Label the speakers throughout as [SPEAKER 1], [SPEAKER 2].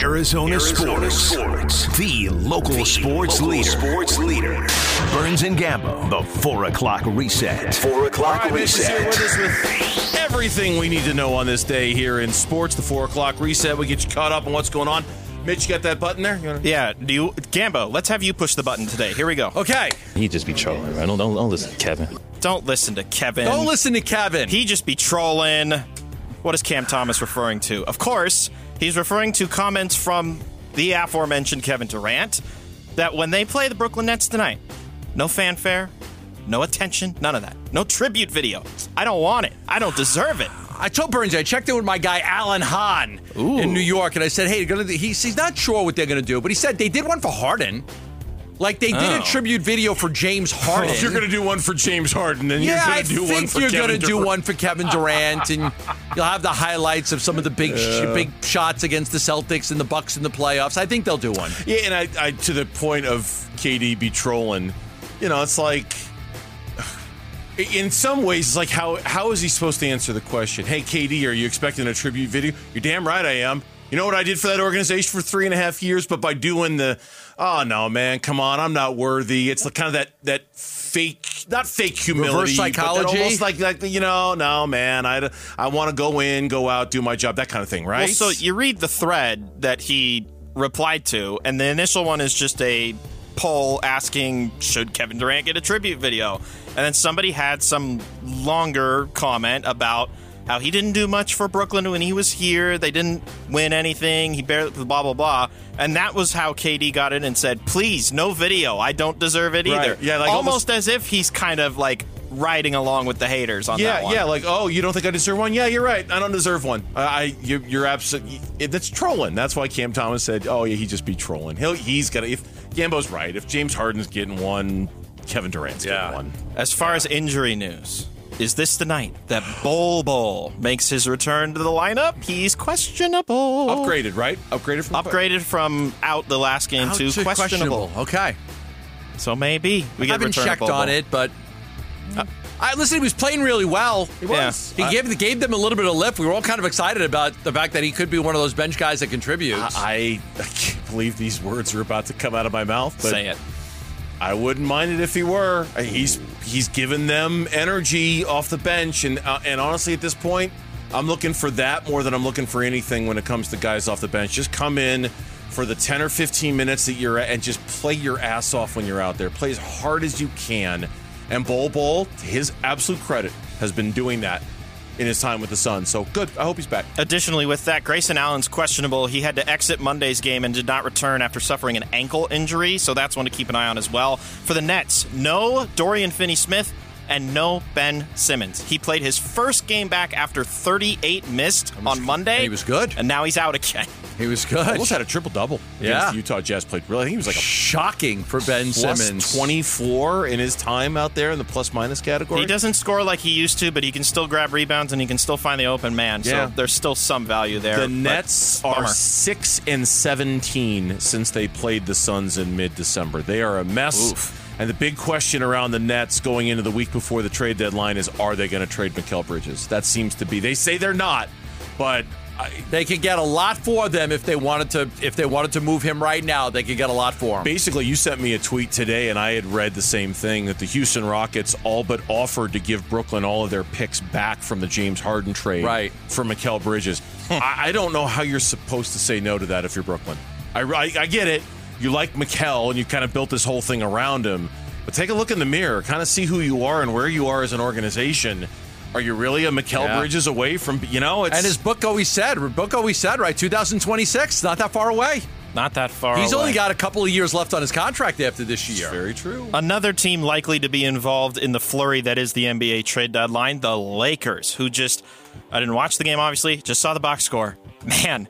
[SPEAKER 1] Arizona,
[SPEAKER 2] Arizona
[SPEAKER 1] sports.
[SPEAKER 2] sports.
[SPEAKER 1] The local sports
[SPEAKER 2] Local
[SPEAKER 1] leader.
[SPEAKER 2] Sports leader.
[SPEAKER 1] Burns and Gambo. The four o'clock reset.
[SPEAKER 2] Four o'clock
[SPEAKER 3] All right, Mitch is here
[SPEAKER 2] reset.
[SPEAKER 3] with us with everything we need to know on this day here in sports. The four o'clock reset. We get you caught up on what's going on. Mitch, you got that button there? You wanna-
[SPEAKER 4] Yeah, do you, Gambo? Let's have you push the button today. Here we go.
[SPEAKER 5] Oh.
[SPEAKER 3] Okay.
[SPEAKER 6] He just be trolling, right? Don't, don't, don't listen to Kevin.
[SPEAKER 4] Don't listen to Kevin.
[SPEAKER 3] Don't listen to Kevin.
[SPEAKER 4] He just be trolling. What is Cam Thomas referring to? Of course, he's referring to comments from the aforementioned Kevin Durant that when they play the Brooklyn Nets tonight, no fanfare, no attention, none of that, no tribute video. I don't want it. I don't deserve it.
[SPEAKER 3] I told Burns I checked in with my guy Alan Hahn in New York, and I said, "Hey, you're gonna do-" he's, he's not sure what they're going to do, but he said they did one for Harden, like they did a
[SPEAKER 4] Oh.
[SPEAKER 3] tribute video for James Harden.
[SPEAKER 5] If you're going to do one for James Harden, then
[SPEAKER 3] yeah, I
[SPEAKER 5] you're going to do one
[SPEAKER 3] think
[SPEAKER 5] for
[SPEAKER 3] you're
[SPEAKER 5] Kevin
[SPEAKER 3] gonna do
[SPEAKER 5] Durant.
[SPEAKER 3] one for Kevin Durant, and you'll have the highlights of some of the big sh- big shots against the Celtics and the Bucks in the playoffs. I think they'll do one.
[SPEAKER 5] Yeah, and I, I to the point of KD be trolling, you know, it's like in some ways it's like how how is he supposed to answer the question? Hey KD, are you expecting a tribute video? You're damn right I am. You know what I did for that organization for three and a half years, but by doing the oh no man, come on, I'm not worthy. It's the kind of that that fake not fake humility.
[SPEAKER 3] Reverse
[SPEAKER 5] but that
[SPEAKER 3] psychology?
[SPEAKER 5] almost like like you know, no man, I, I want to go in, go out, do my job, that kind of thing, right?
[SPEAKER 4] Well, so you read the thread that he replied to, and the initial one is just a poll asking, should Kevin Durant get a tribute video? And then somebody had some longer comment about how he didn't do much for Brooklyn when he was here. They didn't win anything. He barely, blah, blah, blah. And that was how KD got in and said, please, no video. I don't deserve it
[SPEAKER 5] Right.
[SPEAKER 4] either.
[SPEAKER 5] Yeah, like
[SPEAKER 4] almost,
[SPEAKER 5] almost-
[SPEAKER 4] as if he's kind of like riding along with the haters on
[SPEAKER 5] yeah,
[SPEAKER 4] that one.
[SPEAKER 5] yeah, like oh, you don't think I deserve one? Yeah, you're right. I don't deserve one. I, I you, you're absolutely. That's trolling. That's why Cam Thomas said, oh yeah, he just be trolling. He'll he's gonna. If Gambo's right, if James Harden's getting one, Kevin Durant's getting one.
[SPEAKER 4] As far as injury news, is this the night that Bol Bol makes his return to the lineup? He's questionable.
[SPEAKER 5] Upgraded, right? Upgraded from
[SPEAKER 4] Upgraded from out the last game to
[SPEAKER 3] Out to
[SPEAKER 4] questionable.
[SPEAKER 3] Okay.
[SPEAKER 4] So maybe we get a
[SPEAKER 3] I haven't
[SPEAKER 4] return of
[SPEAKER 3] checked
[SPEAKER 4] Bol Bol.
[SPEAKER 3] on it, but uh, I listen. He was playing really well. He
[SPEAKER 4] was.
[SPEAKER 3] He gave gave them a little bit of lift. We were all kind of excited about the fact that he could be one of those bench guys that contributes.
[SPEAKER 5] I, I can't believe these words are about to come out of my mouth. But
[SPEAKER 4] Say it.
[SPEAKER 5] I wouldn't mind it if he were. Uh, He's he's given them energy off the bench, and uh, and honestly, at this point, I'm looking for that more than I'm looking for anything when it comes to guys off the bench. Just come in for the 10 or 15 minutes that you're at, and just play your ass off when you're out there. Play as hard as you can. And Bol Bol, to his absolute credit, has been doing that in his time with the Suns. So good. I hope he's back.
[SPEAKER 4] Additionally, with that, Grayson Allen's questionable. He had to exit Monday's game and did not return after suffering an ankle injury, so that's one to keep an eye on as well. For the Nets, no Dorian Finney Smith and no Ben Simmons. He played his first game back after 38 missed on Monday.
[SPEAKER 3] he was good.
[SPEAKER 4] And now he's out again.
[SPEAKER 3] he was good.
[SPEAKER 5] Almost had a triple double.
[SPEAKER 3] Yeah.
[SPEAKER 5] Utah Jazz played really. I think he was like a
[SPEAKER 3] Shocking for Ben
[SPEAKER 5] plus
[SPEAKER 3] Simmons.
[SPEAKER 5] 24 in his time out there in the plus minus category.
[SPEAKER 4] He doesn't score like he used to, but he can still grab rebounds and he can still find the open man,
[SPEAKER 5] Yeah.
[SPEAKER 4] so there's still some value there.
[SPEAKER 5] The
[SPEAKER 4] but
[SPEAKER 5] Nets
[SPEAKER 4] bummer.
[SPEAKER 5] are 6 and 17 since they played the Suns in mid December. They are a mess. And the big question around the Nets going into the week before the trade deadline is are they going to trade Mikel Bridges? That seems to be. They say they're not, but I,
[SPEAKER 3] They could get a lot for them if they wanted to. If they wanted to move him right now, they could get a lot for him.
[SPEAKER 5] basically you sent me a tweet today and I had read the same thing that the Houston Rockets all but offered to give Brooklyn all of their picks back from the James Harden trade
[SPEAKER 3] Right.
[SPEAKER 5] for Mikel Bridges. I, I don't know how you're supposed to say no to that if you're Brooklyn. I, I, I get it. You like Mikel and you kind of built this whole thing around him. But take a look in the mirror, kind of see who you are and where you are as an organization. Are you really a Mikel
[SPEAKER 3] Yeah.
[SPEAKER 5] Bridges away from, you know, it's
[SPEAKER 3] And his book always said, book always said, right? 2026, not that far away.
[SPEAKER 4] not that far.
[SPEAKER 3] He's only
[SPEAKER 4] away.
[SPEAKER 3] got a couple of years left on his contract after this year.
[SPEAKER 5] very true.
[SPEAKER 4] Another team likely to be involved in the flurry that is the NBA trade deadline, the Lakers, who just, I didn't watch the game, obviously, just saw the box score. Man,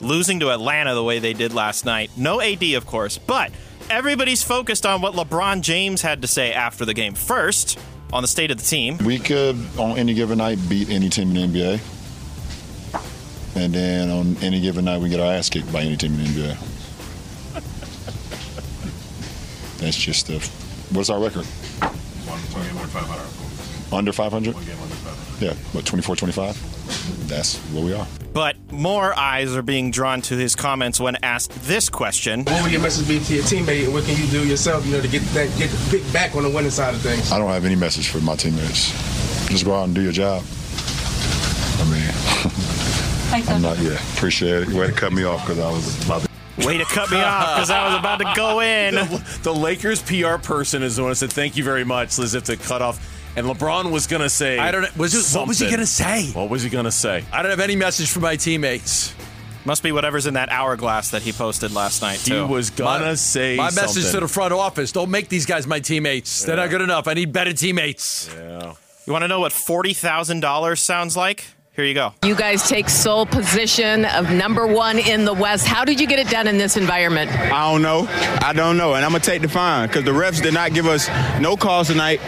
[SPEAKER 4] losing to Atlanta the way they did last night. No AD, of course, but everybody's focused on what LeBron James had to say after the game. First, on the state of the team.
[SPEAKER 7] We could, on any given night, beat any team in the NBA. And then on any given night, we get our ass kicked by any team in the NBA. That's just the. What's our record? Under 500? Yeah, what, 24 25? that's what we are.
[SPEAKER 4] But more eyes are being drawn to his comments when asked this question.
[SPEAKER 2] What would your message be to your teammate? and What can you do yourself, you know, to get that get big back on the winning side of things?
[SPEAKER 7] I don't have any message for my teammates. Just go out and do your job. I mean,
[SPEAKER 8] Thanks,
[SPEAKER 7] I'm
[SPEAKER 8] Dr.
[SPEAKER 7] not yet. Appreciate it. Way to cut me off because I was about to.
[SPEAKER 4] Way to cut me off because I was about to go in.
[SPEAKER 5] The, the Lakers PR person is the one that said, "Thank you very much," as if to cut off. And LeBron was gonna say,
[SPEAKER 3] I don't know. Was it- what was he
[SPEAKER 5] something.
[SPEAKER 3] gonna say?
[SPEAKER 5] What was he gonna say?
[SPEAKER 3] I don't have any message for my teammates.
[SPEAKER 4] Must be whatever's in that hourglass that he posted last night.
[SPEAKER 5] He
[SPEAKER 4] too.
[SPEAKER 5] was gonna say
[SPEAKER 3] my
[SPEAKER 5] something.
[SPEAKER 3] message to the front office: Don't make these guys my teammates. They're not good enough. I need better teammates.
[SPEAKER 4] You want to know what forty thousand dollars sounds like? Here you go.
[SPEAKER 9] You guys take sole position of number one in the West. How did you get it done in this environment?
[SPEAKER 10] I don't know. I don't know. And I'm going to take the fine because the refs did not give us no calls tonight.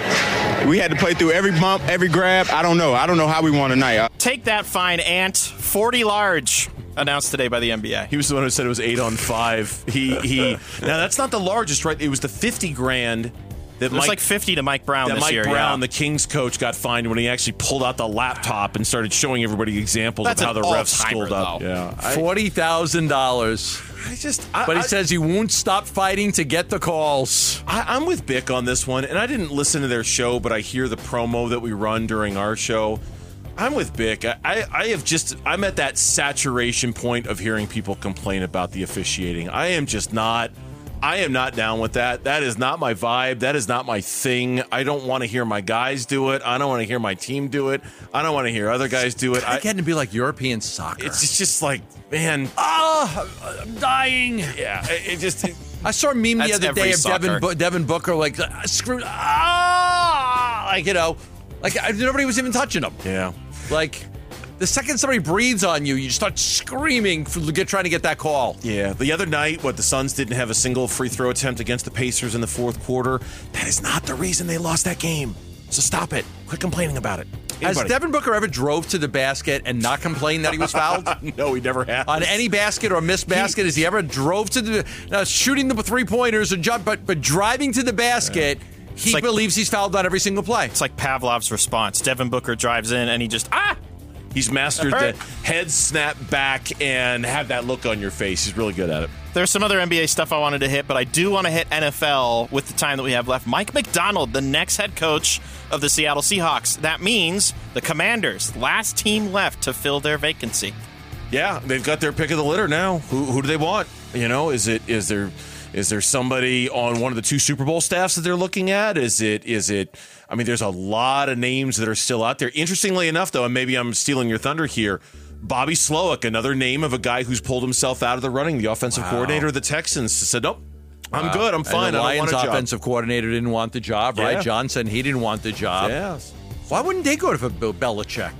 [SPEAKER 10] We had to play through every bump, every grab. I don't know. I don't know how we won tonight.
[SPEAKER 4] Take that fine, Ant. Forty large. Announced today by the NBA.
[SPEAKER 5] He was the one who said it was eight on five. He he. now that's not the largest, right? It was the fifty grand that
[SPEAKER 4] It was
[SPEAKER 5] Mike
[SPEAKER 4] like fifty to Mike Brown
[SPEAKER 5] that
[SPEAKER 4] this
[SPEAKER 5] Mike
[SPEAKER 4] year.
[SPEAKER 5] Brown,
[SPEAKER 4] yeah.
[SPEAKER 5] the Kings coach, got fined when he actually pulled out the laptop and started showing everybody examples
[SPEAKER 4] That's
[SPEAKER 5] of how
[SPEAKER 4] an
[SPEAKER 5] the refs
[SPEAKER 4] all-timer,
[SPEAKER 5] schooled up.
[SPEAKER 4] though.
[SPEAKER 5] Yeah,
[SPEAKER 3] Forty thousand dollars.
[SPEAKER 5] I just. I,
[SPEAKER 3] But he
[SPEAKER 5] I-
[SPEAKER 3] says he won't stop fighting to get the calls.
[SPEAKER 5] I, I'm with Bick on this one, and I didn't listen to their show, but I hear the promo that we run during our show. I'm with Bick. I, I, I have just I'm at that saturation point of hearing people complain about the officiating. I am just not I am not down with that. That is not my vibe. That is not my thing. I don't want to hear my guys do it. I don't want to hear my team do it. I don't want to hear other guys do it.
[SPEAKER 3] I
[SPEAKER 5] I,
[SPEAKER 3] get to be like European soccer.
[SPEAKER 5] it's it's just like, man,
[SPEAKER 3] ah, I'm dying.
[SPEAKER 5] yeah. It, it just
[SPEAKER 3] I saw a meme the
[SPEAKER 4] That's
[SPEAKER 3] other
[SPEAKER 4] every
[SPEAKER 3] day of Devin,
[SPEAKER 4] soccer.
[SPEAKER 3] Bu- Devin Booker, like, "Ah, screw, ah, like, you know, like I- nobody was even touching him.
[SPEAKER 5] yeah.
[SPEAKER 3] Like, the second somebody breathes on you, you start screaming, for, get, trying to get that call.
[SPEAKER 5] Yeah, the other night, what the Suns didn't have a single free throw attempt against the Pacers in the fourth quarter. That is not the reason they lost that game. So stop it. Quit complaining about it.
[SPEAKER 3] Has
[SPEAKER 5] Anybody?
[SPEAKER 3] Devin Booker ever drove to the basket and not complained that he was fouled?
[SPEAKER 5] no, he never has.
[SPEAKER 3] On any basket or missed basket, has he ever drove to the now shooting the three pointers and jump, but but driving to the basket, he
[SPEAKER 4] like-
[SPEAKER 3] believes he's fouled on every single play.
[SPEAKER 4] It's like Pavlov's response. Devin Booker drives in and he just ah.
[SPEAKER 5] He's mastered
[SPEAKER 4] All right.
[SPEAKER 5] the head snap back and have that look on your face. He's really good at it.
[SPEAKER 4] There's some other NBA stuff I wanted to hit, but I do want to hit NFL with the time that we have left. Mike McDonald, the next head coach of the Seattle Seahawks. That means the Commanders, last team left to fill their vacancy.
[SPEAKER 5] Yeah, they've got their pick of the litter now. Who, who do they want? You know, is it is there is there somebody on one of the two Super Bowl staffs that they're looking at? Is it is it? I mean, there's a lot of names that are still out there. Interestingly enough, though, and maybe I'm stealing your thunder here. Bobby Slowick, another name of a guy who's pulled himself out of the running, the offensive coordinator of the Texans, said, "Nope, I'm good. I'm fine.
[SPEAKER 3] And the
[SPEAKER 5] I don't
[SPEAKER 3] Lions
[SPEAKER 5] want a job."
[SPEAKER 3] offensive coordinator didn't want the job,
[SPEAKER 5] Yeah.
[SPEAKER 3] right? Johnson, he didn't want the job.
[SPEAKER 5] Yes.
[SPEAKER 3] Why wouldn't they go to Bill Belichick?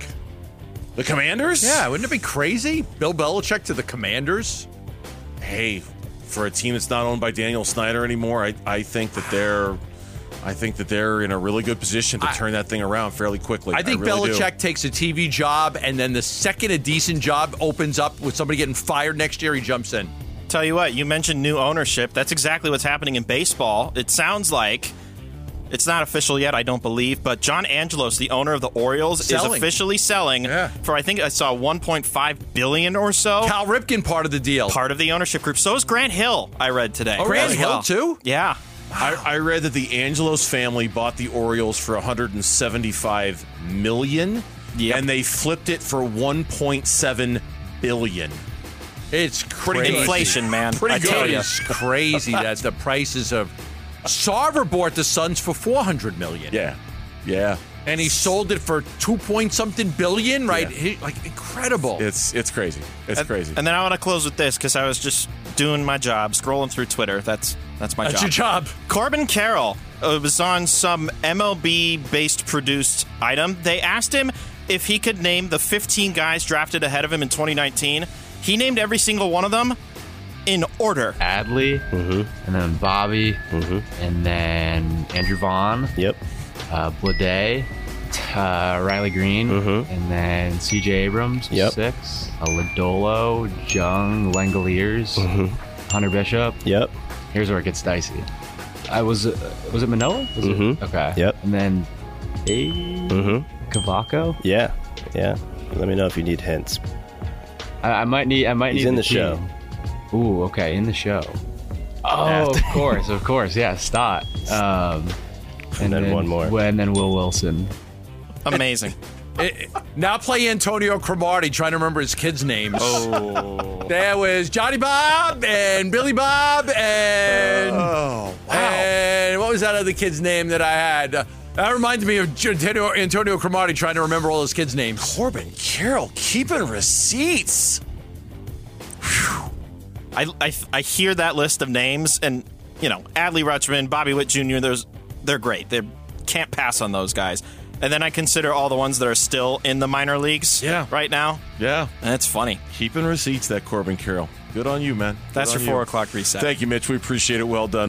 [SPEAKER 5] The Commanders.
[SPEAKER 3] Yeah, wouldn't it be crazy? Bill Belichick to the Commanders?
[SPEAKER 5] hey, for a team that's not owned by Daniel Snyder anymore, I, I think that they're I think that they're in a really good position to turn that thing around fairly quickly.
[SPEAKER 3] I think
[SPEAKER 5] really do.
[SPEAKER 3] Belichick takes a TV job, and then the second a decent job opens up with somebody getting fired next year, he jumps in.
[SPEAKER 4] Tell you what, you mentioned new ownership. That's exactly what's happening in baseball. It sounds like it's not official yet, I don't believe, but John Angelos, the owner of the Orioles,
[SPEAKER 3] Selling.
[SPEAKER 4] is officially selling
[SPEAKER 3] Yeah.
[SPEAKER 4] for I think I saw 1.5 billion or so.
[SPEAKER 3] Cal Ripken part of the deal.
[SPEAKER 4] part of the ownership group. So is Grant Hill, I read today.
[SPEAKER 3] Grant
[SPEAKER 4] as
[SPEAKER 3] Oh, Hill,
[SPEAKER 4] well.
[SPEAKER 3] too?
[SPEAKER 4] Yeah.
[SPEAKER 5] I, I read that the Angelos family bought the Orioles for 175 million
[SPEAKER 4] Yep.
[SPEAKER 5] and they flipped it for 1.7 billion.
[SPEAKER 3] It's crazy.
[SPEAKER 4] Inflation, man. I
[SPEAKER 3] Pretty
[SPEAKER 4] tell
[SPEAKER 3] good.
[SPEAKER 4] ya.
[SPEAKER 3] It's crazy that the prices of Sarver bought the Suns for four hundred million.
[SPEAKER 5] Yeah. Yeah.
[SPEAKER 3] and he sold it for two point something billion, right? He- like incredible.
[SPEAKER 5] It's it's crazy. It's crazy.
[SPEAKER 4] And then I want to close with this because I was just doing my job, scrolling through Twitter. That's that's my
[SPEAKER 3] That's
[SPEAKER 4] job.
[SPEAKER 3] your job.
[SPEAKER 4] Corbin Carroll uh, was on some MLB based produced item. They asked him if he could name the 15 guys drafted ahead of him in 2019. He named every single one of them in order.
[SPEAKER 11] Adley,
[SPEAKER 10] Mm-hmm.
[SPEAKER 11] and then Bobby, and then Andrew Vaughn,
[SPEAKER 6] Yep.
[SPEAKER 11] uh, Blade, uh, Riley Green,
[SPEAKER 8] Mm-hmm.
[SPEAKER 11] and then CJ Abrams,
[SPEAKER 6] Yep.
[SPEAKER 11] six, uh, Lodolo, Jung, Langoliers,
[SPEAKER 8] Mm-hmm.
[SPEAKER 11] Hunter Bishop.
[SPEAKER 6] Yep.
[SPEAKER 11] Here's where it gets dicey. I was, uh, was it Manoa? Was
[SPEAKER 8] Mm-hmm.
[SPEAKER 11] it- Okay.
[SPEAKER 6] Yep.
[SPEAKER 11] And then, eh, Cavaco?
[SPEAKER 6] Yeah. Yeah.
[SPEAKER 8] Let me know if you need hints.
[SPEAKER 11] I, I might need. I might
[SPEAKER 8] He's
[SPEAKER 11] need
[SPEAKER 8] in the
[SPEAKER 11] show. Ooh, okay, in the show. Oh, of course, of course, yeah, Stott. Um, and,
[SPEAKER 8] then one more.
[SPEAKER 11] well, And then Will Wilson.
[SPEAKER 4] Amazing.
[SPEAKER 3] now play Antonio Cromartie trying to remember his kids' names.
[SPEAKER 4] Oh.
[SPEAKER 3] There was Johnny Bob and Billy Bob and and what was that other kid's name that I had? Uh, that reminds me of J- Antonio, Antonio Cromartie trying to remember all his kids' names.
[SPEAKER 5] Corbin Carroll keeping receipts.
[SPEAKER 4] I, I, I hear that list of names, and you know Adley Rutschman, Bobby Witt Jr. Those they're great. They can't pass on those guys. And then I consider all the ones that are still in the minor leagues. Yeah. right now.
[SPEAKER 5] Yeah,
[SPEAKER 4] that's funny.
[SPEAKER 5] Keeping receipts, that Corbin Carroll. Good on you, man. Good
[SPEAKER 4] That's
[SPEAKER 5] on
[SPEAKER 4] your four
[SPEAKER 5] you.
[SPEAKER 4] o'clock reset.
[SPEAKER 5] Thank you, Mitch. We appreciate it. Well done.